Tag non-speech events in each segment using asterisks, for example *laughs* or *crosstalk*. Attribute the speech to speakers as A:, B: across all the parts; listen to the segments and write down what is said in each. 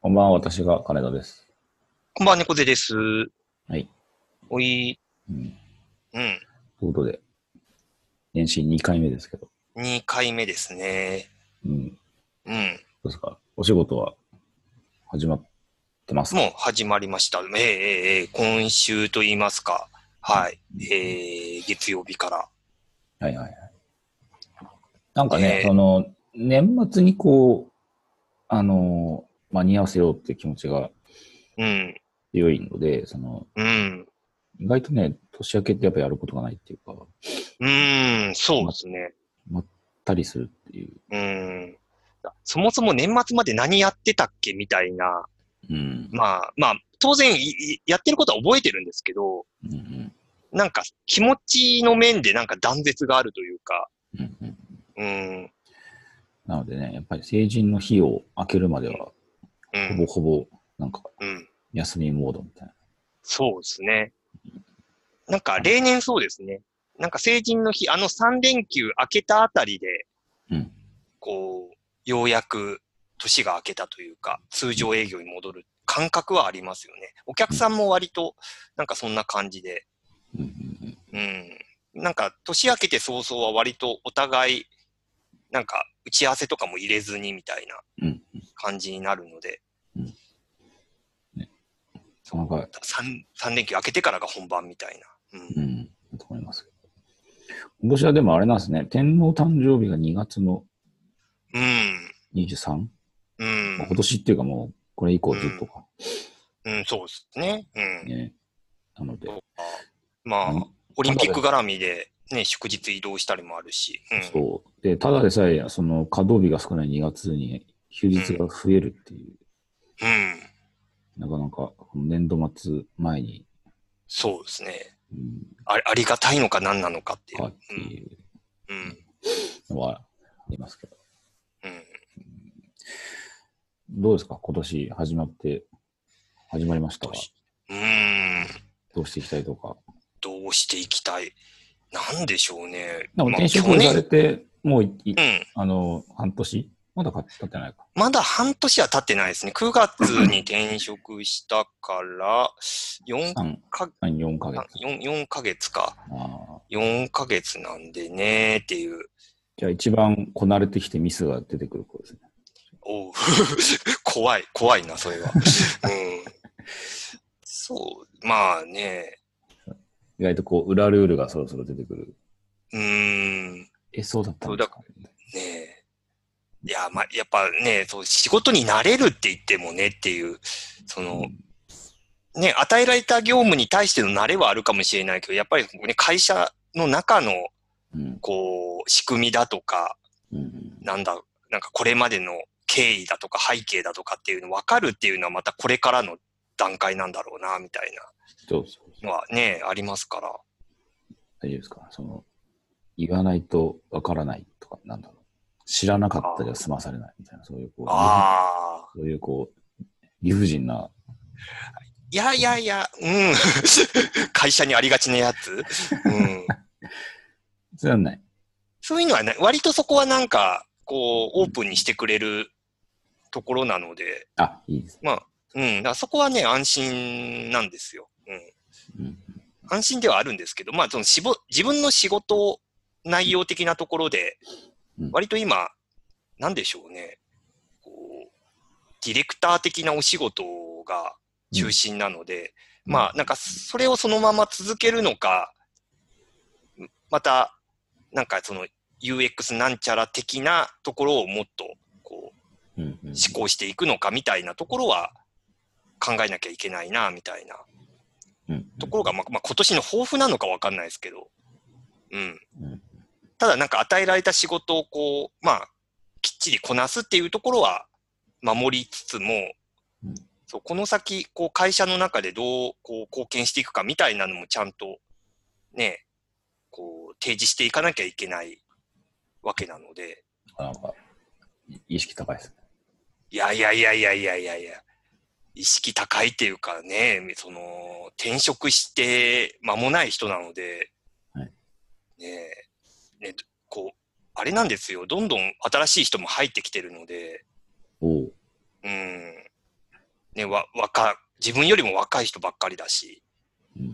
A: こんばんは、私が金田です。
B: こんばんは、猫背です。
A: はい。
B: おい、
A: うん、
B: うん、
A: ということで、延伸2回目ですけど、
B: 2回目ですね。
A: うん、ど
B: うん、
A: うですかお仕事は始まってますか
B: もう始まりました。ええええええ今週と言いますか、はい、ええ月曜日から。
A: はいはいはい。なんかね、
B: えー
A: その、年末にこう、あの、間に合わせようって気持ちが
B: うん、
A: 強いので、その、
B: うん、
A: 意外とね、年明けってやっぱやることがないっていうか、まっ
B: うん、そうですね。
A: たりするっていう。
B: うん。そもそも年末まで何やってたっけみたいな、
A: うん。
B: まあ、まあ、当然いいやってることは覚えてるんですけど、
A: うんうん。
B: なんか気持ちの面でなんか断絶があるというか、
A: うんうん。
B: うん、
A: なのでね、やっぱり成人の日を明けるまでは、
B: う
A: ほぼ
B: ん、
A: ほぼ、なんか、
B: うん。
A: 休みモードみたいな。
B: そうですね。なんか例年そうですね。なんか成人の日、あの3連休明けたあたりで、
A: うん
B: こう、ようやく年が明けたというか、通常営業に戻る感覚はありますよね。お客さんも割と、なんかそんな感じで、
A: うんうん
B: うん。なんか年明けて早々は割とお互い、なんか打ち合わせとかも入れずにみたいな
A: うん
B: 感じになるので、
A: うん。なんか、
B: 3, 3連休明けてからが本番みたいな。うん
A: うん、と思いますけど。今年はでもあれなんですね、天皇誕生日が2月の
B: うん。
A: 23、
B: うん
A: まあ。今年っていうかもう、これ以降ずっとか。
B: うん、そうですね。うん。
A: ね、なので、
B: ま
A: あ
B: あ
A: の、
B: オリンピック絡みで、ね、祝日移動したりもあるし。うん、
A: そう。で、ただでさえ、その稼働日が少ない2月に休日が増えるっていう、
B: うん。
A: なかなか、年度末前に、
B: そうですね。
A: うん、
B: あありがたいのか何なのかってい
A: か
B: う
A: っ。ていう
B: うん。
A: のはありますけど。
B: うん。
A: どうですか今年始まって、始まりましたが、
B: うん。
A: どうしていきたいとか。
B: どうしていきたい。なんでしょうね。
A: でも
B: まあ
A: 転職
B: 去
A: され
B: 年
A: て、もうい、い
B: うん。
A: あの、半年まだ経ってないか。
B: まだ半年は経ってないですね。9月に転職したから、4
A: 三
B: か、
A: 三4ヶ月。
B: 4, 4ヶ月か。
A: ああ
B: 4ヶ月なんでね、っていう。
A: じゃあ一番こなれてきてミスが出てくる子ですね。
B: おう *laughs* 怖い、怖いな、それは。うん、そう、まあね、
A: 意外とこう、裏ルールがそろそろ出てくる。
B: うーん、ね
A: え、そうだったんですか
B: え。いや、まあ、やっぱね、そう、仕事に慣れるって言ってもねっていう、その、ね、与えられた業務に対しての慣れはあるかもしれないけど、やっぱり、ね、会社の中の、
A: うん。
B: こう、仕組みだとか、
A: うん。
B: なんだ、なんかこれまでの経緯だとか背景だとかっていうの分かるっていうのはまたこれからの段階なんだろうな、みたいな。
A: そうそうそう。
B: のはね、ありますから。
A: 大丈夫ですかその、言わないとわからないとか、なんだろう。知らなかったじゃ済まされないみたいな、そういうこう、
B: ああ。
A: そういうこう、理不尽な、
B: いやいやいや、うん。 *laughs* 会社にありがちなやつ。うん。
A: それはない。
B: そういうのはね、割とそこはなんか、こう、オープンにしてくれるところなので、
A: あ、いいです。
B: まあ、うん。だからそこはね、安心なんですよ。うん。
A: うん。
B: 安心ではあるんですけど、まあ、そのしぼ自分の仕事内容的なところで
A: うん、
B: 割と今、なんでしょうね、こう、ディレクター的なお仕事が中心なので、まあ、なんか、それをそのまま続けるのか、また、なんかその UX なんちゃら的なところをもっと、こう、
A: うん、うん。
B: 思考していくのかみたいなところは考えなきゃいけないな、みたいな。
A: うん。
B: ところが、まあ、まあ、今年の抱負なのかわかんないですけど、うん。
A: うん
B: ただ、なんか与えられた仕事をこう、まあ、きっちりこなすっていうところは守りつつも、
A: うん
B: そうこの先、こう、会社の中でどう、こう、貢献していくかみたいなのもちゃんと、ね、こう、提示していかなきゃいけないわけなので、
A: なんか、い意識高いですね。
B: いやいやいやいやいやいやいや、意識高いっていうかね、その、転職して間もない人なので、
A: はい
B: ねえね、こう、あれなんですよ、どんどん新しい人も入ってきてるので、
A: おう
B: うん、ね、わ、若、自分よりも若い人ばっかりだし、
A: うん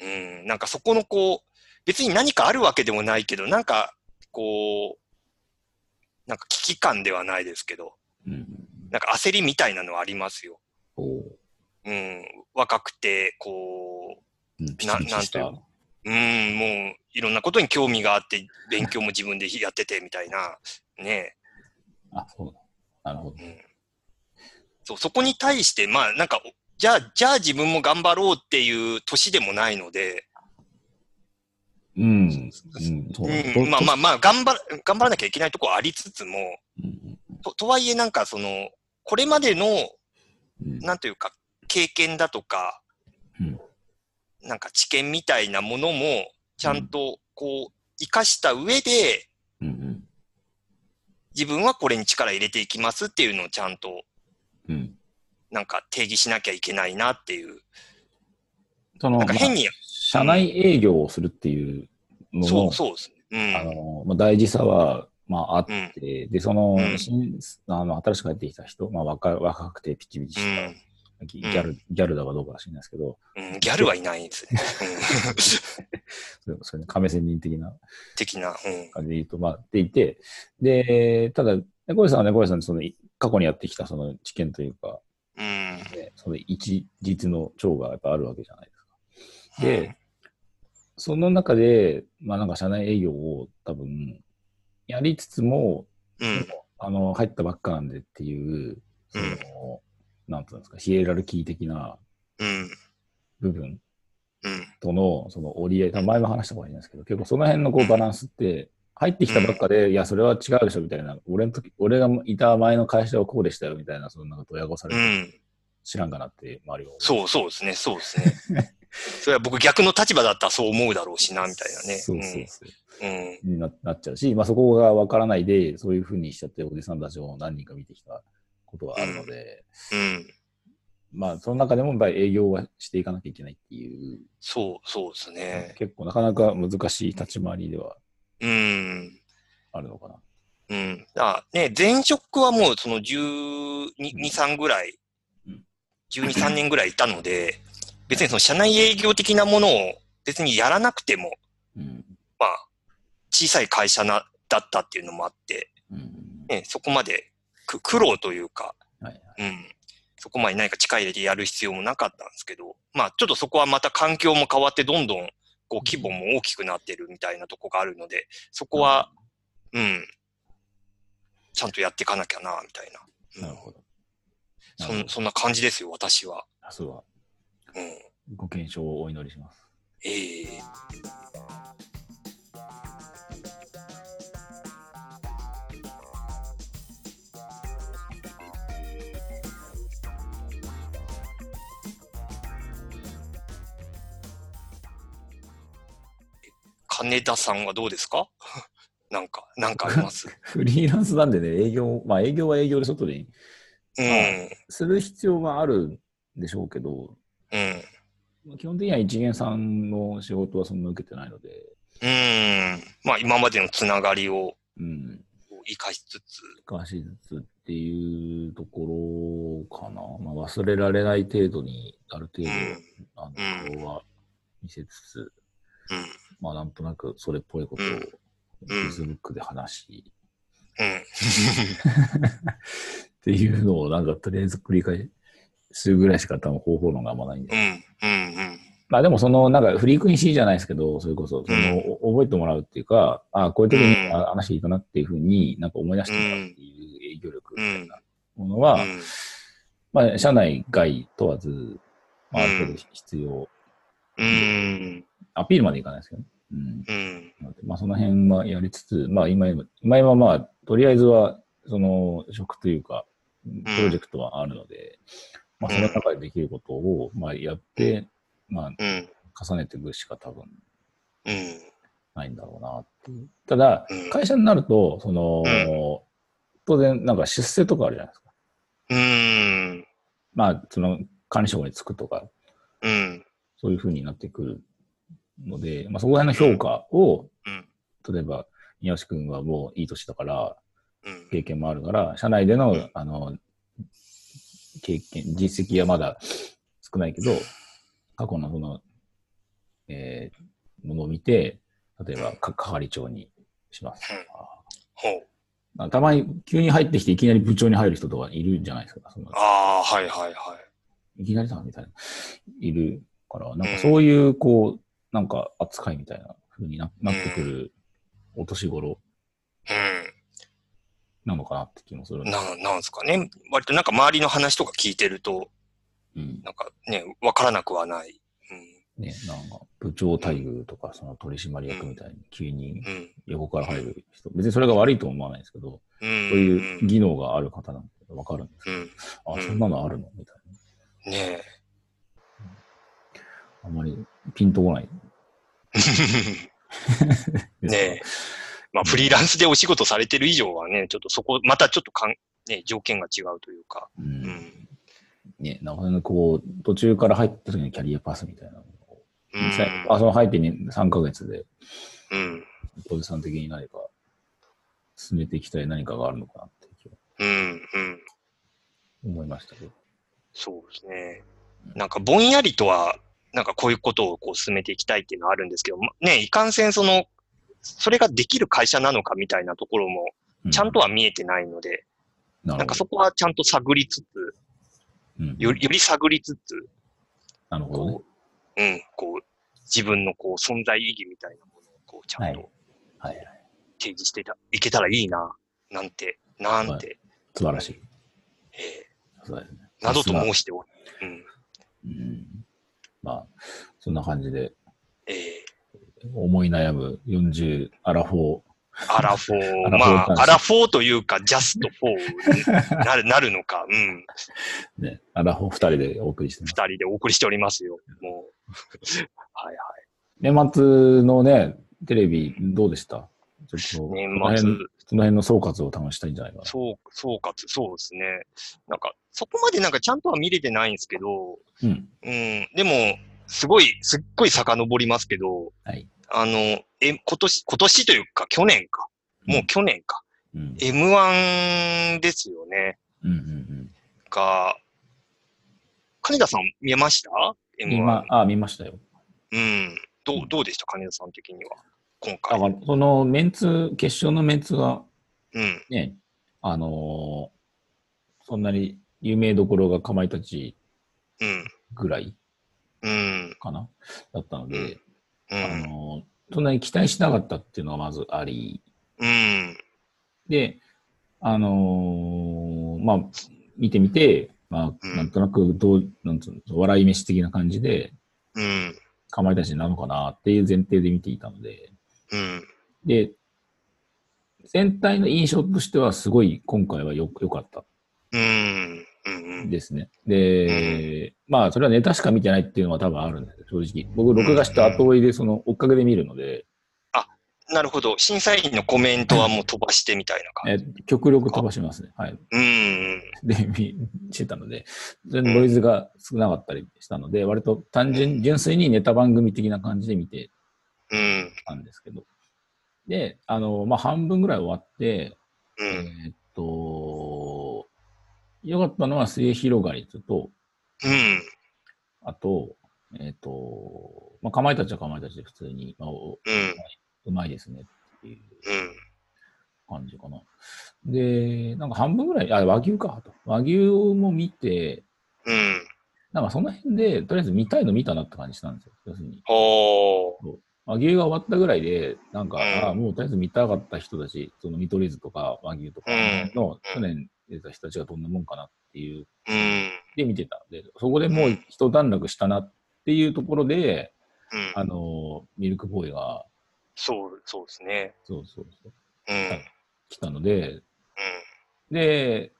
A: うん
B: うん、なんかそこのこう、別に何かあるわけでもないけど、なんか、こう、なんか危機感ではないですけど、
A: うん。うんうん、
B: なんか焦りみたいなのはありますよ。
A: おお。
B: うん、若くて、こう、
A: うん、ピチピチした。
B: なんうん、もう、いろんなことに興味があって、勉強も自分でやってて、みたいな、ね
A: あ、そうだ。なるほど。
B: え、うん。そう、そこに対して、まあ、なんか、おじゃあ、じゃあ自分も頑張ろうっていう年でもないので、
A: うん。うん、そうだ。
B: うん、まあまあまあ、頑張ら、頑張らなきゃいけないところはありつつも、
A: うん
B: と、とはいえなんかその、これまでの、
A: うん
B: なんというか、経験だとか、
A: うん
B: なんか知見みたいなものも、ちゃんとこう、生かした上で、
A: うんうん
B: 自分はこれに力入れていきますっていうのをちゃんと、
A: うん。
B: なんか定義しなきゃいけないなっていう。
A: その、ま
B: なんか
A: あ
B: 変に、
A: 社内営業をするっていうの
B: そ
A: の
B: う、そうです
A: あ
B: ね。
A: のまあ、大事さは、まあ、あっ
B: うん。うん。
A: て、で、その、
B: うん
A: 新あの新しく入ってきた人、まあ、若若くてピチピチした、ギギャルギャルだかどうかは知らないですけど、
B: うん。うんギャルはいないですね。うん
A: それそれ亀仙人的な
B: 的な。うん。 *laughs*
A: 感じで言うと、まあ、でいて、で、ただ、猫屋さんは猫屋さんでその、い過去にやってきたその知見というか、
B: うん。
A: ねその一律の長がやっぱあるわけじゃないですか。で、その中で、まあなんか社内営業を多分、やりつつも、
B: うん。
A: あの、入ったばっかなんでっていう、その、
B: うん
A: なんていうんですか、ヒエラルキー的な
B: うん。
A: 部分
B: うん。
A: との、その折り合い、多分前も話したかもしれないですけど、結構その辺のこうバランスって、入ってきたばっかで、いや、それは違うでしょ、みたいな、俺の時、俺がいた前の会社はこうでしたよ、みたいな、そのなんか、ドヤ顔され
B: う
A: て、
B: ん。
A: 知らんかなって、周りを。
B: そうそうですね、そうですね。
A: *laughs*
B: それは僕逆の立場だったらそう思うだろうしな、みたいなね。
A: そうそうそう。
B: うん。うん。
A: にななっちゃうし、まあ、そこがわからないで、そういうふうにしちゃって、おじさんたちを何人か見てきたことがあるので、
B: うん。
A: まあ、その中でもやっぱり営業はしていかなきゃいけないっていう、
B: そう、そうですね。
A: 結構なかなか難しい立ち回りでは
B: うん。
A: あるのかな。
B: うん。だからね、前職はもうその12、3ぐらい
A: うん、
B: 12、3年ぐらいいたので、別にその社内営業的なものを別にやらなくても、
A: うん。
B: まあ、小さい会社な、だったっていうのもあって、
A: うん。
B: ね、そこまでく苦労というか、
A: はいはい。
B: うん。そこまで何か力入れてやる必要もなかったんですけど、まあちょっとそこはまた環境も変わってどんどんこう規模も大きくなってるみたいなとこがあるので、そこは、うん、ちゃんとやっていかなきゃな、みたい
A: な
B: な。
A: る
B: うん、
A: ほど。
B: そ
A: なる
B: ん
A: ほど
B: そんな感じですよ、私は。
A: あそうは
B: うん。
A: ご検証をお祈りします。
B: ええ金田さんはどうですか *laughs* なんか、なんかあります
A: フリーランスなんでね、営業、まあ営業は営業で外で
B: うん。
A: する必要があるんでしょうけど、
B: うん。
A: まあ基本的には一元さんの仕事はそんな受けてないので、
B: うん。まあ、今までのつながりを
A: うん。
B: 生かしつつ。
A: 少しずつっていうところかな、まあ、忘れられない程度にある程
B: う
A: 度、
B: ん。
A: あの
B: うん
A: 今日は見せつつ、
B: うん。
A: まあ、なんとなくそれっぽいことを
B: うん
A: Facebook で話し、
B: うん。
A: っていうのをなんかとりあえず繰り返すぐらいしか多分方法論があんまないんで、
B: うん。うん。うん。
A: まあでもそのなんかフリークエンシーじゃないですけどそれこそその、お覚えてもらうっていうかああこういう時に、
B: うん
A: あ話していいかなっていうふうになんか思い出してもらうっていう営業力みたいなもの
B: う
A: は、
B: ん
A: まあ、社内外問わず、まあ、あ
B: うん
A: る程度必要、
B: うん。
A: アピールまでいかないですけどね。うん
B: うん。
A: なのでまあ、その辺はやりつつ、まあ、今今、今今まあ、とりあえずは、その、職というか、プロジェクトはあるので、まあ、その中でできることを、まあ、やって、まあ、
B: うん。
A: 重ねていくしか多分
B: うん。
A: ないんだろうなっていう。ただ
B: うん、
A: 会社になると、その、
B: うん
A: 当然、なんか出世とかあるじゃないですか。
B: うん。
A: まあ、その、管理職に就くとか、
B: うん。
A: そういうふうになってくるので、まあ、そこら辺の評価を、
B: うん
A: 例えば、宮内君はもういい年だから、
B: うん。
A: 経験もあるから、社内での、
B: うん
A: あの、経験、実績はまだ少ないけど、過去のその、えー、ものを見て、例えば、か係長にしますとか
B: ほう。
A: あたまに急に入ってきて、いきなり部長に入る人とかいるじゃないですか。その
B: ああ、はいはいはい。
A: いきなりさんみたいな、いるから、なんかそういう、こう、なんか扱いみたいな風にななってくるお年頃なのかなって気もするん
B: うん。
A: です
B: な、なんですかね。割となんか周りの話とか聞いてると、
A: うん。
B: なんかね、わからなくはない。
A: ね、なんか、部長待遇とか、その取締役みたいに急に
B: うん。うん。
A: 横から入る人、別にそれが悪いとは思わないですけど、
B: うん。
A: そういう技能がある方なんでわかるんです
B: う
A: け
B: ん。
A: ど、
B: うん
A: あ、そんなのあるのみたいな。
B: ねえ。
A: あんまりピンとこないです
B: *laughs* ね
A: けど。
B: え。まあ、フリーランスでお仕事されてる以上はね、ちょっとそこ、またちょっとかん、ね、条件が違うというか。
A: う。
B: うんん。
A: ね、なんかねこう、途中から入った時のキャリアパスみたいなのを
B: う
A: 実際
B: ん。
A: あその入って3ヶ月で、
B: うん。
A: 小手さん的に何か進めていきたい何かがあるのかなって気は
B: うん。うん。
A: 思いましたけど。
B: そうですね。なんかぼんやりとは、なんかこういうことをこう進めていきたいっていうのはあるんですけど、まね、いかんせんその、それができる会社なのかみたいなところも、
A: う
B: ちゃんとは見えてないので、
A: な
B: な
A: るほ
B: ん
A: ど。
B: かそこはちゃんと探りつつ、
A: うん
B: よりより探りつつ、
A: なるほどね
B: こ。う、うん、こう、自分のこう存在意義みたいなものをこうちゃん
A: は
B: と
A: はいはい。
B: 提示していた、いけたらいいな、なんて、なんて、
A: 素晴らしい。
B: え
A: そうですね。
B: ーなどと
A: さすが
B: 申しておる。うん、
A: うん。まあ、そんな感じで、
B: え
A: 思い悩む40アラフォー。
B: ーアラフォー、
A: アラ
B: ま
A: フォー男子
B: あ、アラフォーというか、ジャストフォーに
A: *laughs*
B: なる、なるのか、うん、
A: ね、アラフォー2人でお送りしてま
B: 二
A: す。
B: 人でお送りしておりますよ、もう。 *laughs* はいは
A: 年末のね、テレビどうでしたちょっと、
B: 年末
A: その辺その辺の総括を楽したいんじゃないか
B: い。そう、総括、そうですね。なんか、そこまでなんかちゃんとは見れてないんですけど、
A: な。うん。
B: うん、でも、すごい、すっごい遡りますけど、
A: はい。
B: あの、え、今年、今年というか、去年か。もう去年か。
A: うん。
B: M1 ですよね。
A: うんうんうん。
B: が、金田さん見えました ?M1。
A: 今、あ、見ましたよ。
B: うん。どう、どうでした金田さん的には。今
A: だ
B: 回。
A: から、そのメンツ、決勝のメンツが
B: うん。
A: ね、あのーそんなに有名どころがかまいたち
B: うん。
A: ぐらい
B: うん。
A: かなだったので、
B: う
A: あ
B: ん。
A: のーそんなに期待しなかったっていうのはまずあり、
B: うん。
A: で、あのーまあ、見てみて、まあ、
B: うん
A: なんとなく、どう、なんつうの、笑い飯的な感じで、
B: うん。
A: かまいたちなのかなっていう前提で見ていたので、
B: うん。
A: で、全体の印象としてはすごい今回はよ良かった
B: うん。うん。
A: ですね。で、まあ、それはネタしか見てないっていうのは多分あるんですよ、正直。僕、録画した後追いで、その、追っかけで見るので、
B: なるほど。審査員のコメントはもう飛ばしてみたいな感
A: え
B: じ。
A: 極力飛ばしますね。はい。
B: うん。
A: で、見してたので、全然ノイズが少なかったりしたので、割と単純、純粋にネタ番組的な感じで見て
B: うん。
A: たんですけど。で、あの、まあ、半分ぐらい終わって、
B: う
A: え
B: ん。
A: ーっと、良かったのは末広がりと、
B: うん。
A: あと、えーっと、まあ、かまいたちはかまいたちで普通に、まあ、お
B: うん。
A: うまいですねっていう
B: うん。
A: 感じかな。で、なんか半分ぐらい、あ、和牛かと。和牛も見て、
B: うん。
A: なんかその辺で、とりあえず見たいの見たなって感じしたんですよ。要するに。
B: ほ
A: 和牛が終わったぐらいで、なんか、
B: うん
A: ああもうとりあえず見たかった人たち、その見取り図とか和牛とかの去年出た人たちがどんなもんかなっていう、
B: う。うん。
A: で見てたんで、そこでもう一段落したなっていうところで、
B: う
A: あ
B: ん。
A: の、ミルクボーイが、
B: そう、そうですね。
A: そうそうそう、
B: うん。うん。
A: 来たので、で、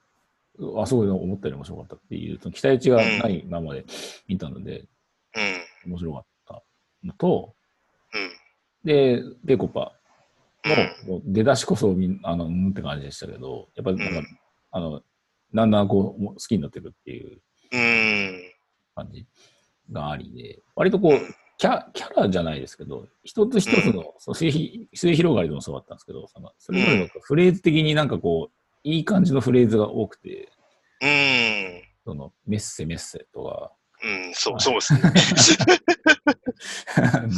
A: あ、すごい思ったより面白かったっていう、その期待値がないままで見たので、
B: うん。
A: 面白かったのと、
B: うん。
A: で、ペコパ
B: うん。
A: のもう出だしこそみん、あの、うんって感じでしたけど、やっぱなんか、
B: うん
A: あの、だんだんこう、もう好きになってくっていう
B: うん。
A: 感じがありで、割とこう、キャキャラじゃないですけど、一つ一つの、その末ひ末広がりでもそうだったんですけど、そのそれぞれのフレーズ的になんかこう、いい感じのフレーズが多くて、
B: うん。
A: そのメッセメッセとか、
B: うん、そう、そ
A: *laughs*
B: うですね。
A: あの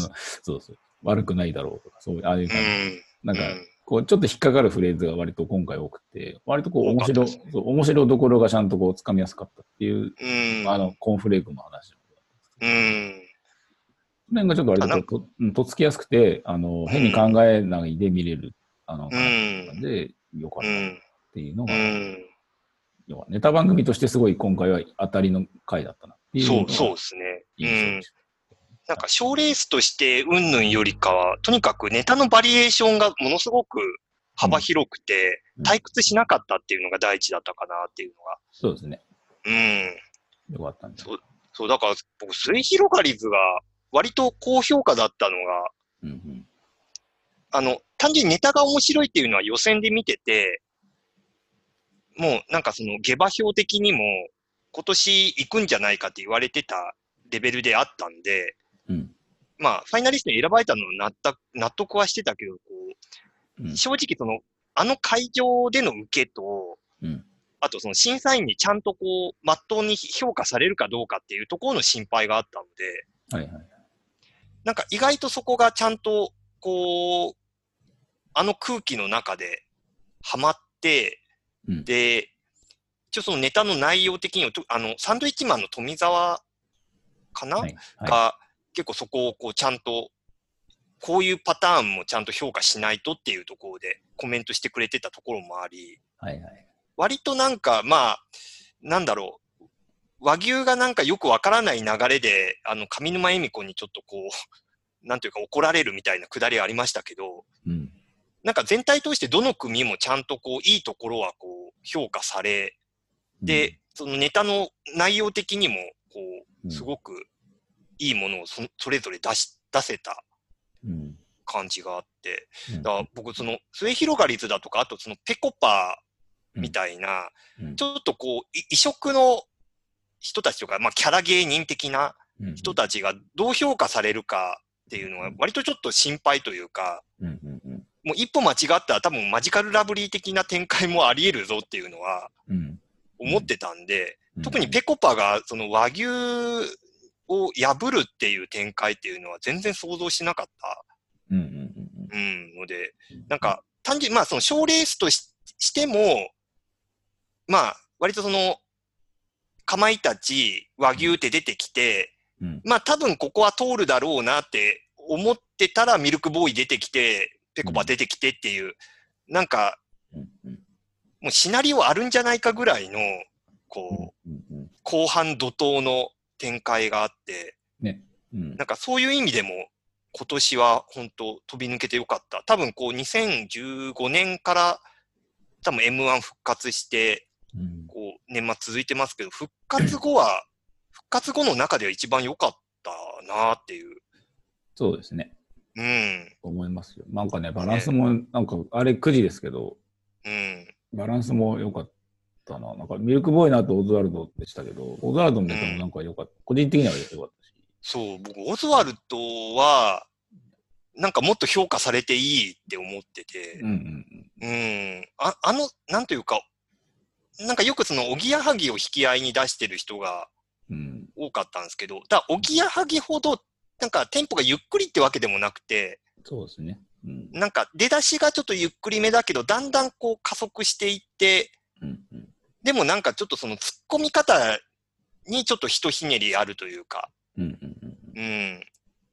A: そうそう、悪くないだろうとか、そういう、ああいう
B: う
A: 感じ。
B: ん。
A: なん
B: う
A: か、
B: ん
A: こう、ちょっと引っかかるフレーズが割と今回多くて、割とこう、
B: 多
A: 面
B: かった
A: 白、
B: です
A: そう面白どころがちゃんとこう、つかみやすかったっていう、
B: うん。
A: あの、コーンフレークの話なので。
B: うん。
A: その辺がちょっと
B: あな
A: 割
B: ん
A: とと、うんとっつきやすくて、あの、変に考えないで見れる、あの、
B: う
A: 感じなん
B: ん。
A: で、よかっ
B: う
A: たっ
B: ん。
A: ていうの
B: う
A: が、
B: ん。
A: 要はネタ番組としてすごい今回は当たりの回だったなっていう
B: そ
A: の
B: う、そう
A: が
B: ですね。
A: 印象
B: うん
A: で。した。
B: なんか賞レースとしてうんぬんよりかは、とにかくネタのバリエーションがものすごく幅広くて
A: う、ん
B: 退屈しなかったっていうのが第一だったかなっていうのが。
A: そうですね。
B: うん。
A: よかったんです。
B: そう、だから僕、末広がりずが割と高評価だったのが、
A: うんうん。
B: あの、単純にネタが面白いっていうのは予選で見てて、もうなんかその下馬評的にも今年行くんじゃないかって言われてたレベルであったんで、
A: うん。
B: まあ、ファイナリストに選ばれたのは納得納得はしてたけど、こう
A: うん
B: 正直その、あの会場での受けと、
A: うん。
B: あとその審査員にちゃんとこう、まっとうに評価されるかどうかっていうところの心配があったので、
A: はいはい。
B: なんか意外とそこがちゃんと、こう、あの空気の中でハマって、
A: うん。
B: で、一応そのネタの内容的には、とあの、サンドイッチマンの富澤かな、
A: はいはい
B: が結構そこをこうちゃんと、こういうパターンもちゃんと評価しないとっていうところでコメントしてくれてたところもあり、
A: はいはい。
B: 割となんかまあ、なんだろう、和牛がなんかよくわからない流れで、あの、上沼恵美子にちょっとこう、 *laughs* なんというか怒られるみたいなくだりありましたけど、
A: うん。
B: なんか全体通してどの組もちゃんとこう、いいところはこう、評価され、で、そのネタの内容的にも、こ
A: う
B: う、
A: ん
B: すごくいいものをそそれぞれ出し、出せた
A: うん、うん。
B: 感じがあって、
A: うん
B: だから僕、その、末広がり図だとか、あとそのペコパーみたいな、
A: うん
B: ちょっとこう、い異色の人たちとか、まあ、キャラ芸人的な
A: うん
B: 人たちがどう評価されるかっていうのは
A: うん、
B: 割とちょっと心配というか、
A: うんうんうん
B: もう一歩間違ったら多分マジカルラブリー的な展開もあり得るぞっていうのは
A: うん
B: 思ってたんで、
A: うん。
B: 特にペコパがその和牛を破るっていう展開っていうのは全然想像しなかった。
A: うんうんうん
B: うん、ので、なんか、単純に、まあ、その賞レースとししても、まあ、割とその、かまいたち、和牛って出てきて、
A: うんうん。
B: まあ、多分ここは通るだろうなって思ってたら、ミルクボーイ出てきて、ペコパ出てきてっていう、なんか、
A: うんうん
B: もうシナリオあるんじゃないかぐらいの、こう、
A: うんうん
B: 後半怒涛の展開があって、
A: うん
B: なんかそういう意味でも、今年は本当飛び抜けてよかった。多分こう2015年から多分 M1 復活して、
A: うん
B: こう年末続いてますけど、復活後は、復活後の中では一番良かったなっていう。
A: そうですね。
B: うん。
A: 思いますよ。なんかね、バランスも、なんか、あれ9時ですけど、
B: うん。
A: バランスも良かったな。なんか、ミルクボーイの後、オズワルドでしたけど、オズワルドのネタもなんか良かった。個人的には良かったし。
B: そう、僕、オズワルドは、なんかもっと評価されていいって思ってて
A: うん、うん
B: うん。ああの、なんというか、なんかよくその、おぎやはぎを引き合いに出してる人が、
A: うん。うん。
B: 多かったんですけど、だからおぎやはぎほど、なんかテンポがゆっくりってわけでもなくて、
A: そうですね。うん。
B: なんか出だしがちょっとゆっくりめだけど、だんだんこう加速していって、
A: うん。うん
B: でもなんかちょっとその突っ込み方にちょっとひとひねりあるというか、
A: うん。うんうん。
B: うん。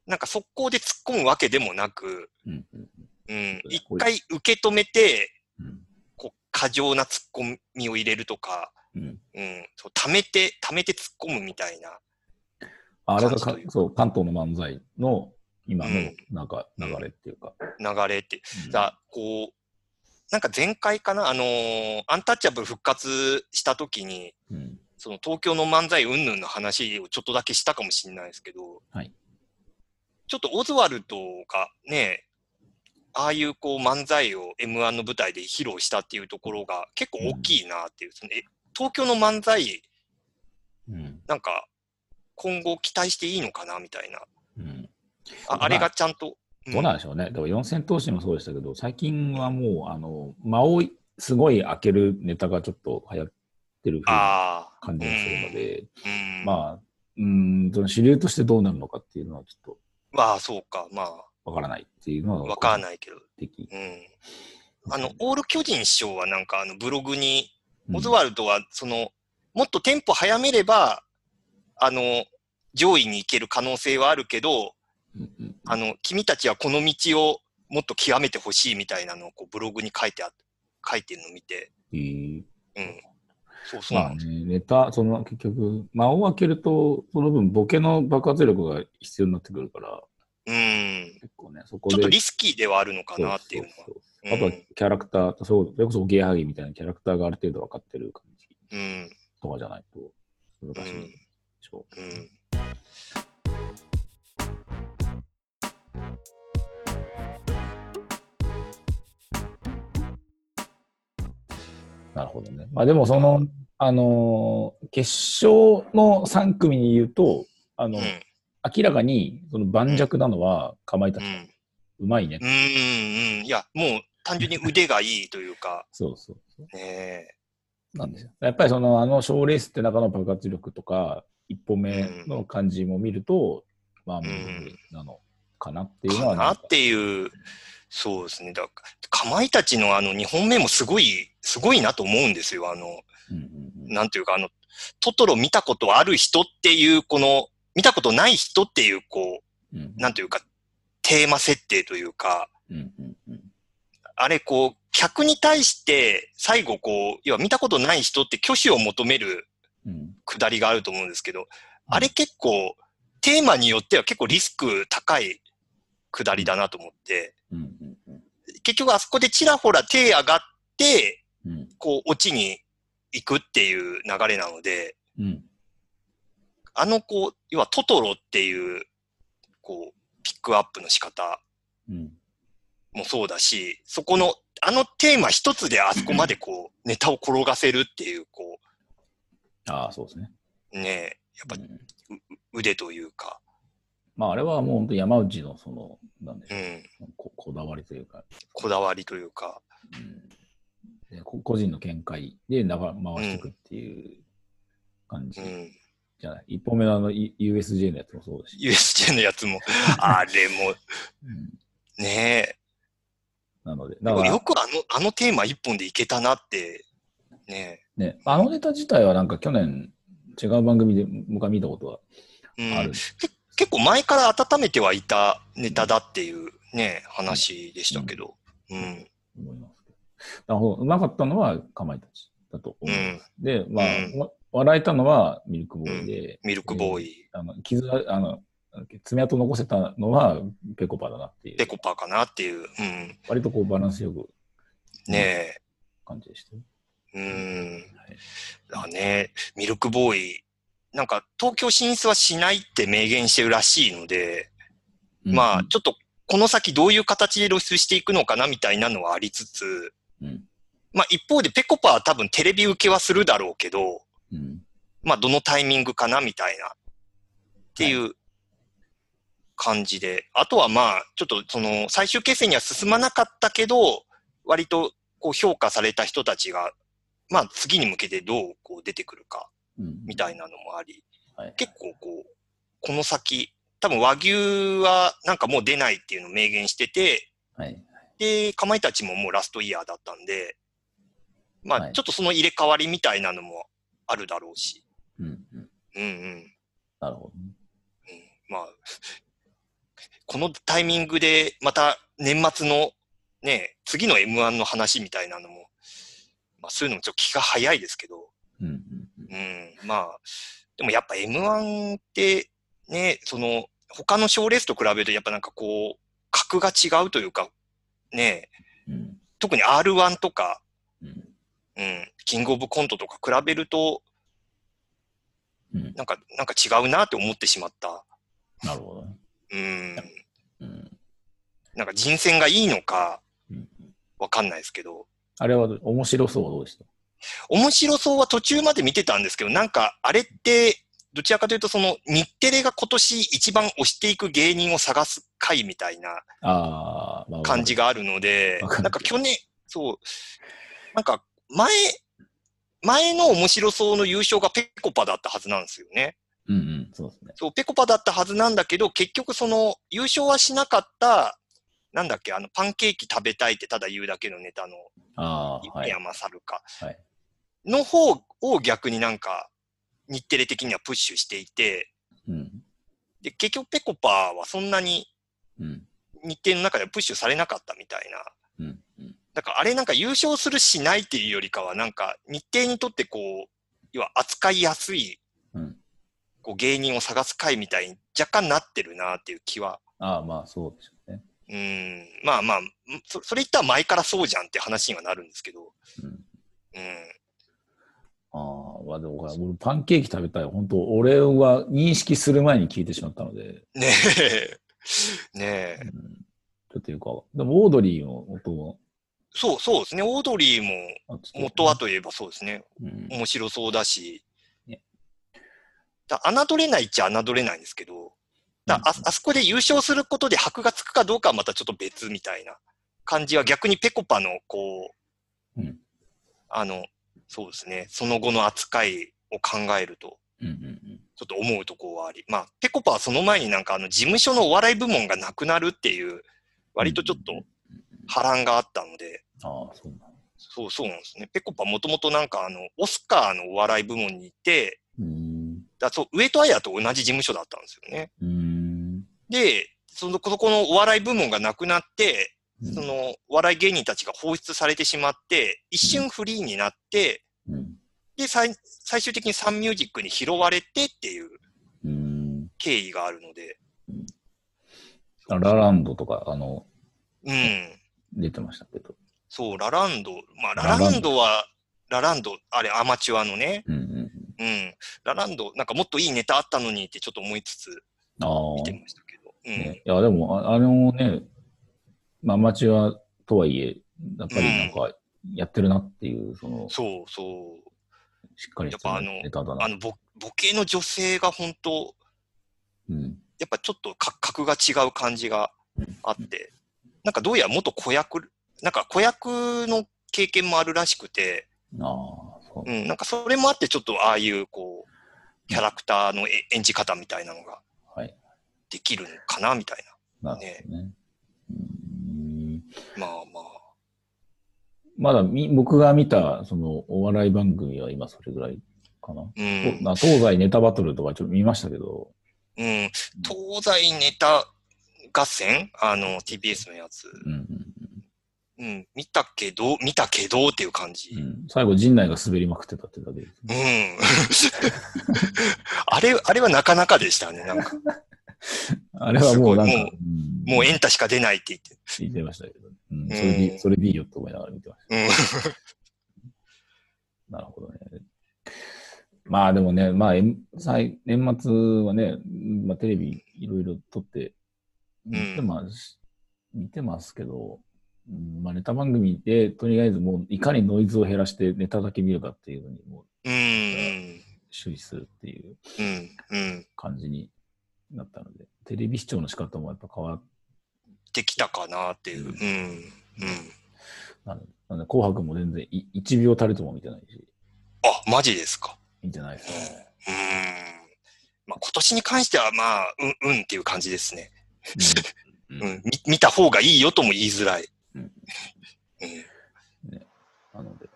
B: なんか速攻で突っ込むわけでもなく、
A: うん。うん
B: うん。
A: そうだ
B: 一回受け止めて、
A: うん。
B: こう、過剰な突っ込みを入れるとか、
A: うん。
B: うん。そう溜めて、溜めて突っ込むみたいな。
A: あれがか
B: 感じという
A: そう、関東の漫才の今
B: う
A: の
B: ん
A: なんか流れっていうか。
B: 流れって。
A: うん
B: だこう、なんか前回かな、あのーアンタッチャブル復活した時に、
A: うん。
B: その東京の漫才云々の話をちょっとだけしたかもしれないですけど、
A: はい
B: ちょっとオズワルドがね、ああいうこう漫才を M1 の舞台で披露したっていうところが結構大きいなっていう、そのえ東京の漫才、
A: うん。
B: なんか今後期待していいのかなみたいな、
A: うん。
B: ああれがちゃんと。
A: どうなんでしょうね。でも四千頭身もそうでしたけど、最近はもう、あの、間をすごい開けるネタがちょっと流行っってる風な
B: ああ。
A: 感じがするので、
B: うん。まあ。
A: まあ、うん、その主流としてどうなるのかっていうのはちょっ
B: まあ、そうか。まあ、
A: とわからないっていうのは
B: わから
A: い。
B: ないけど。
A: 的
B: うん。あの、オール巨人師匠はなんかあのブログに、
A: うん
B: オズワルドは、その、もっとテンポ早めれば、あの、上位に行ける可能性はあるけど、
A: うんうん
B: あの、君たちはこの道をもっと極めてほしいみたいなのをこうブログに書いてあ、書いてるのを見て、
A: えー
B: うん。そうそう
A: ま
B: な
A: あ
B: んです。
A: ね、ネタ、その結局、間を空けると、その分ボケの爆発力が必要になってくるから、
B: うん。
A: 結構ね、そこ
B: ちょ
A: で。
B: っとリスキーではあるのかなっていうのは。
A: そうそう
B: う
A: そうあとは
B: ん
A: キャラクター、そうそれこそおぎやはぎみたいなキャラクターがある程度分かってる感じ
B: うん。
A: とかじゃないと
B: う
A: 難しいで
B: ん。
A: しょう。
B: うん。
A: なるほどね。まあでもその、あのー決勝の3組に言うと、あの、
B: うん。
A: 明らかにその盤石なのはかまいた
B: う
A: ち、
B: ん。
A: うまいね。
B: うんうん。いや、もう単純に腕がいいというか、
A: そうそうそう。
B: ね
A: なんですよ。やっぱりその、あの、賞レースって中の爆発力とか、一歩目の感じも見ると、まあ、無理なのかなって
B: え
A: いうの
B: か
A: は
B: な
A: なん
B: っ
A: か、
B: ていう、そうですね。だから、かまいたちのあの2本目もすごい、すごいなと思うんですよ。あの、
A: うんうんうん
B: なんていうか、あの、トトロ見たことある人っていう、この、見たことない人っていう、こ
A: うん
B: う、なんていうか、テーマ設定というか、
A: うんうんうん
B: あれ、こう、客に対して、最後、こう、要は見たことない人って挙手を求める
A: うん
B: くだりがあると思うんですけど、あれ結構、テーマによっては結構リスク高いくだりだなと思って、
A: うんうんうん
B: 結局あそこでちらほら手上がって、
A: うん
B: こう、落ちに行くっていう流れなので、
A: うん
B: あの、こう、要はトトロっていう、こう、ピックアップの仕方
A: うん
B: もそうだし、そこの、あのテーマ一つであそこまでこう、ネタを転がせるっていう、こ
A: ああ、そうですね。
B: う、ねやっぱ
A: うん
B: 腕というか、
A: まあ、あれはもう本当山内のその、なんでし
B: う
A: ょう、
B: ん、
A: ここだわりというか、
B: こだわりというか、
A: うんでこ個人の見解で流回していくっていう感じ
B: うん。
A: じゃない。一本目のあの U- USJ のやつもそうだし、
B: USJ の
A: *laughs*
B: やつも、あれも、
A: うん
B: ね
A: なので、
B: え、
A: だか
B: よ
A: ら、
B: くあの、あのテーマ一本でいけたなって、ね
A: ね、あのネタ自体はなんか去年、違う番組で僕は見たことは
B: え、うん
A: ある。
B: 結構前から温めてはいたネタだっていうね、話でしたけど、うん、
A: 思いますけど。なるほど。うまかったのはかまいたちだと思います。で、まあ、
B: うん
A: わ笑えたのはミルクボーイで、
B: ミルクボーイ、
A: あの傷はあの、爪痕残せたのはペコパだなっていう
B: ペ、コパかなっていう、うん、
A: 割とこうバランスよく
B: ね
A: 感じでしたよ。
B: え、うん、
A: はい
B: だね、ミルクボーイ、なんか東京進出はしないって明言してるらしいので、まあ、ちょっとこの先どういう形で露出していくのかなみたいなのはありつつ、
A: うん、
B: まあ一方でペコパは多分テレビ受けはするだろうけど、
A: うん、
B: まあどのタイミングかなみたいなっていう感じで、あとはまあちょっとその最終決戦には進まなかったけど、割とこう評価された人たちが、まあ次に向けてどうこう出てくるか
A: うん、
B: みたいなのもあり、
A: はい。
B: 結構こう、この先、多分和牛はなんかもう出ないっていうのを明言してて、
A: はい。
B: で、かまいたちももうラストイヤーだったんで、ま
A: は
B: あ
A: い
B: ちょっとその入れ替わりみたいなのもあるだろうし、
A: うん、うん。
B: うんうん。
A: なるほどね。
B: まあ、このタイミングでまた年末のね、次の M1 の話みたいなのも、まあそういうのもちょっと気が早いですけど、
A: うん、うんうん。
B: うん、まあ、でもやっぱ M1 ってね、その、他の賞レースと比べるとやっぱなんかこう、格が違うというか、ね、
A: うん、
B: 特に R1 とか、
A: うん
B: うん、キングオブコントとか比べると、
A: うん。
B: なんか、なんか違うなって思ってしまった。
A: なるほどね。
B: うん、
A: うん。
B: なんか人選がいいのか
A: うん、
B: わかんないですけど、
A: あれは面白そうはどうでした
B: 面白そうは途中まで見てたんですけど、なんかあれって、どちらかというとその日テレが今年一番推していく芸人を探す回みたいな
A: ああ、まあ、
B: 感じ
A: が。
B: があるので、
A: わ
B: な
A: かる
B: んか去年、そう、なんか前、前の面白そうの優勝がペコパだったはずなんですよね。
A: うんうん、そうですね。
B: そう、ペコパだったはずなんだけど、結局その優勝はしなかった、なんだっけ、あの、パンケーキ食べたいってただ言うだけのネタの、
A: ああ、は
B: 湯
A: い。
B: 山猿か、
A: はい
B: の方を逆になんか、日テレ的にはプッシュしていて、
A: うん。
B: で、結局ペコパはそんなに
A: うん。
B: 日程の中ではプッシュされなかったみたいな。
A: うん。うん
B: だからあれなんか優勝するしないっていうよりかはなんか日程にとってこう、要は扱いやすい
A: うん。
B: こう芸人を探す会みたいに若干なってるなっていう気は。
A: ああ、まあそうでしょうね。
B: うん、まあまあ、んそそれ言ったら前からそうじゃんって話にはなるんですけど。
A: うん。
B: うん。
A: ああ、まあでもこれ、俺パンケーキ食べたい。本当俺は認識する前に聞いてしまったので、
B: ねえ。ね
A: う
B: え。
A: ん、ちょっとよくわかんでもオードリーの音も、
B: そうそうですね。オードリーも
A: あちょっと
B: 元はといえばそうですね。
A: うん、
B: 面白そうだし
A: ね。
B: だ侮れないっちゃ侮れないんですけど、だああそこで優勝することで箔がつくかどうかはまたちょっと別みたいな感じは逆にペコパのこう、
A: うん
B: あの、そうですね、その後の扱いを考えると、
A: うんうん
B: ちょっと思うところはあり、まあ、ペコパはその前になんかあの事務所のお笑い部門がなくなるっていう、割とちょっと波乱があったので、
A: ああ、そうな
B: そうそうなんですね。ペコパもともとなんかあの、オスカーのお笑い部門にいて、
A: の。うーん。
B: だそう、上戸彩と同じ事務所だったんですよね。
A: うーん。
B: で、その、そこのお笑い部門がなくなって、
A: うん
B: そ、の、お笑い芸人たちが放出されてしまって、一瞬フリーになって、
A: うん。
B: で、最、最終的にサンミュージックに拾われてっていう
A: うーん。
B: 経緯があるので、
A: あラランドとか、あの、
B: うん。
A: 出てましたけど。
B: そう、ラランド。まあ、
A: ララ
B: ラ
A: ンド
B: ランドは、ラランド、あれ、アマチュアのね。
A: うんうん。
B: うん。ラランド、なんかもっといいネタあったのにってちょっと思いつつ
A: あ
B: 見
A: あ、
B: てましたけど。うん。
A: ね。いや、でも、ああのね、まあ、アマチュアとはいえ、やっぱりなんか、やってるなっていう、その、
B: そうそう。
A: しっかりしたネタだな
B: あ。の、ボボケの女性が本当、
A: うん。
B: やっぱちょっとか格が違う感じがあって、なんかどうやら元子役、なんか子役の経験もあるらしくて、
A: ああ、そう
B: う。ん、なんかそれもあってちょっとああいうこう、キャラクターのえ演じ方みたいなのが
A: はい。
B: できるのかな、みたい
A: なるほどね。うん
B: な。まあまあ。
A: まだみ僕が見た、その、お笑い番組は今それぐらいかな。
B: う
A: と
B: ん。
A: な東西ネタバトルとかちょっと見ましたけど、
B: うん、東西ネタ合戦あの、TBS のやつ。
A: うんうん
B: うん。見たけど、見たけどっていう感じ。
A: うんうん最後陣内が滑りまくってたってだけです。
B: うん。 *laughs* あれ、あれはなかなかでしたね。なんか、
A: あれはもうなんか、
B: すごいも
A: ん
B: もうエンタしか出ないって
A: 言ってましたけど、うん、
B: ん
A: それで、それでいいよと思いながら見てまし
B: 言って。
A: た。なるほどね。まあでもね、まあ、え最年末はね、まあテレビいろいろ撮って、見てます、見てますけど、うんまあネタ番組で、とりあえずもういかにノイズを減らしてネタだけ見るかっていうのに、もう
B: うん。
A: 注意するっていう
B: うん。うん。うん。
A: 感じになったので、テレビ視聴の仕方もやっぱ変わっ
B: できたかなっていう。うん。うん。
A: たので、なので紅白も全然い1秒たりとも見てないし、
B: あ、マジですか。
A: 見てないですね。
B: うん。まあ、今年に関しては、まあ、うん、うんっていう感じですね。
A: うん
B: うん。み見た方がいいよとも言いづらい。
A: う
B: うんん。
A: なので、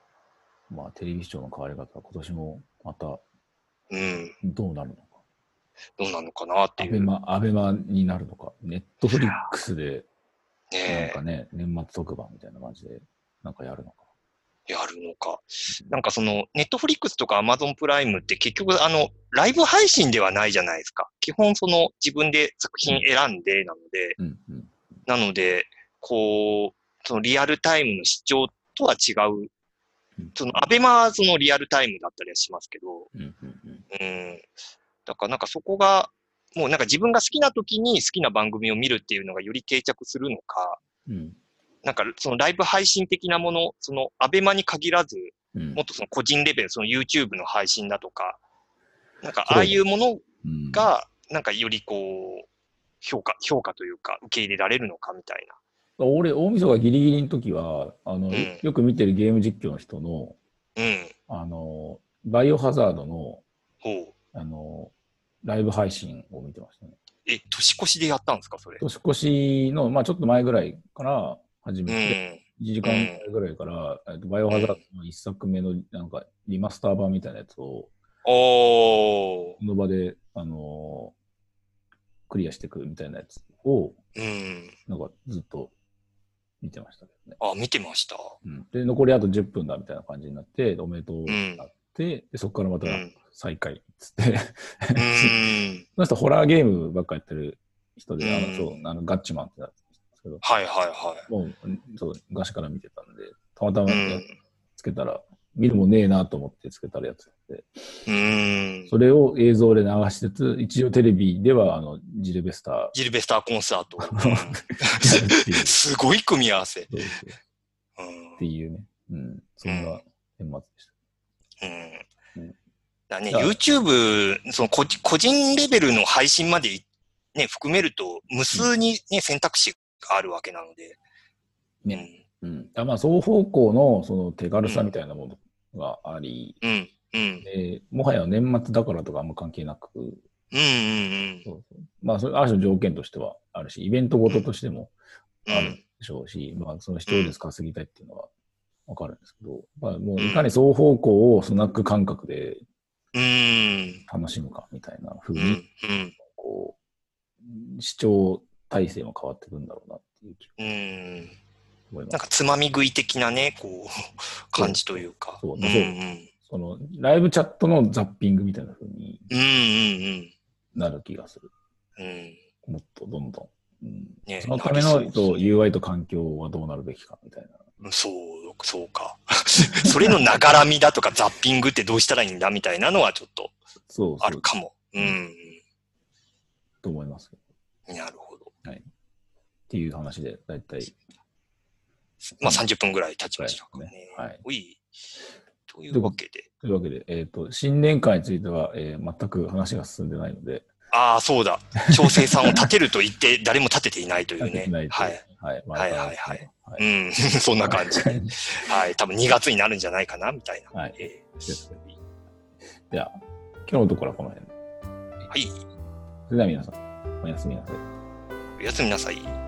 A: まあ、テレビ視聴の変わり方は今年もまた
B: うん。
A: どうなるのか。
B: どうなのかなって
A: ア
B: い
A: ベ
B: う。ね
A: マ、アベマになるのか。ネットフリックスで、なん
B: え
A: かね、年末特番みたいな感じで、なんかやるのか。
B: やるのか。なんかその、ネットフリックスとかアマゾンプライムって結局あの、ライブ配信ではないじゃないですか。基本その自分で作品選んでなので、
A: うんうん。
B: なので、こう、そのリアルタイムの視聴とは違う
A: うん。
B: その、アベマはそのリアルタイムだったりはしますけど、
A: うんうんうん。
B: うん。だからなんかそこが、もうなんか自分が好きな時に好きな番組を見るっていうのがより定着するのか、
A: うん
B: なんかそのライブ配信的なもの、そのアベマに限らず、
A: うん
B: もっとその個人レベル、その YouTube の配信だとか、なんかああいうもの
A: うん、
B: が、なんかよりこう、評価、評価というか、受け入れられるのかみたい
A: 俺、大晦日ギリギリの時は、あの、
B: ん
A: よく見てるゲーム実況の人の、
B: うん。
A: あの、バイオハザードの、
B: ほう。
A: あの、ライブ配信を見てましたね。
B: え、年越しでやったんですか、それ。
A: 年越しの、まあちょっと前ぐらいから始
B: う
A: めて、
B: ん。
A: 1時間前ぐらいから、えっとバイオハザードの1作目の、なんか、リマスター版みたいなやつを、
B: おー
A: こ。の場で、あのクリアしていくみたいなやつを、
B: うん。
A: なんかずっと見てましたけどね。
B: あ、見てました。
A: うん、で、残りあと10分だみたいな感じになって、おめでとうになって、でそこからまた
B: うん。
A: 再開っつって、 *laughs*
B: うーん。
A: その人ホラーゲームばっかやってる人で、あ
B: う
A: の、
B: ん
A: そう、あの、ガッチマンってなってたんですけど、
B: はいはいは
A: もう、そう、昔から見てたんで、たまたま
B: い。う
A: や
B: ん。
A: つけたら、見るもねえなと思ってつけたらやつで、
B: うーん。
A: それを映像で流しつつ、一応テレビでは、あの、ジルベスターや
B: ジルベスターコンサー *laughs* ト。。
A: るっていう
B: *laughs* すごい組み合わせ。
A: そうそう
B: う
A: っ
B: ん
A: て。いうね、うん、そんな年末でし
B: うん
A: うん
B: だね、
A: だから
B: YouTube、その個人個人レベルの配信までい、ね、含めると、無数に、ね、選択肢があるわけなので。
A: ねた。うん、あまあ、双方向のその手軽さみたいなものがあり、
B: うん。うん。うん。
A: でもはや年末だからとかあんま関係なく、
B: うんうん
A: そうそうまあ、それある種の条件としてはあるし、イベントごととしても
B: うん。
A: あるでしょうし、まあ、その視聴率稼ぎたいっていうのはわかるんですけど、まあ、もういかに双方向をスナック感覚で
B: うん。
A: 楽しむかみたいな風
B: う
A: に、
B: ん。うん。
A: こう、視聴体制も変わってくんだろうなっていう気が
B: うん。
A: 思います
B: なん。かつまみ食い的なね、こう、感じというか。
A: そう
B: うん。
A: そううんそのライブチャットのザッピングみたいな風に
B: うんうん
A: なる気がする。
B: うん。うん。
A: もっとどんどん。うん
B: ね
A: そのための
B: なり
A: そ
B: そう
A: う UI と環境はどうなるべきかみたいな。
B: そう、そうか。 *laughs* それのながらみだとか、ザッピングってどうしたらいいんだみたいなのはちょっと
A: そう
B: あ
A: そ
B: る
A: う
B: かも。うん。
A: と思いますけど。
B: なるほど。
A: っていう話で、だいたい。
B: まあ30分ぐらい経ちましたかね。
A: はい
B: おい。というわけで。
A: というわけで、えっ、と、新年会については、えー全く話が進んでないので、
B: ああ、そうだ。調整さんを立てると言って、誰も立てていないという
A: 立て
B: ね
A: てない。と
B: はい。。
A: はい。ま
B: はい
A: た
B: はいはい
A: は
B: う
A: い。
B: ん、 *laughs* そんな感じ。
A: はい
B: はい。多分2月になるんじゃないかな、みたいな。
A: *laughs* はい
B: え
A: ですでは、今日のところはこの辺で。
B: ーはい。
A: それでは皆さん、おやすみなさい。
B: おやすみなさい。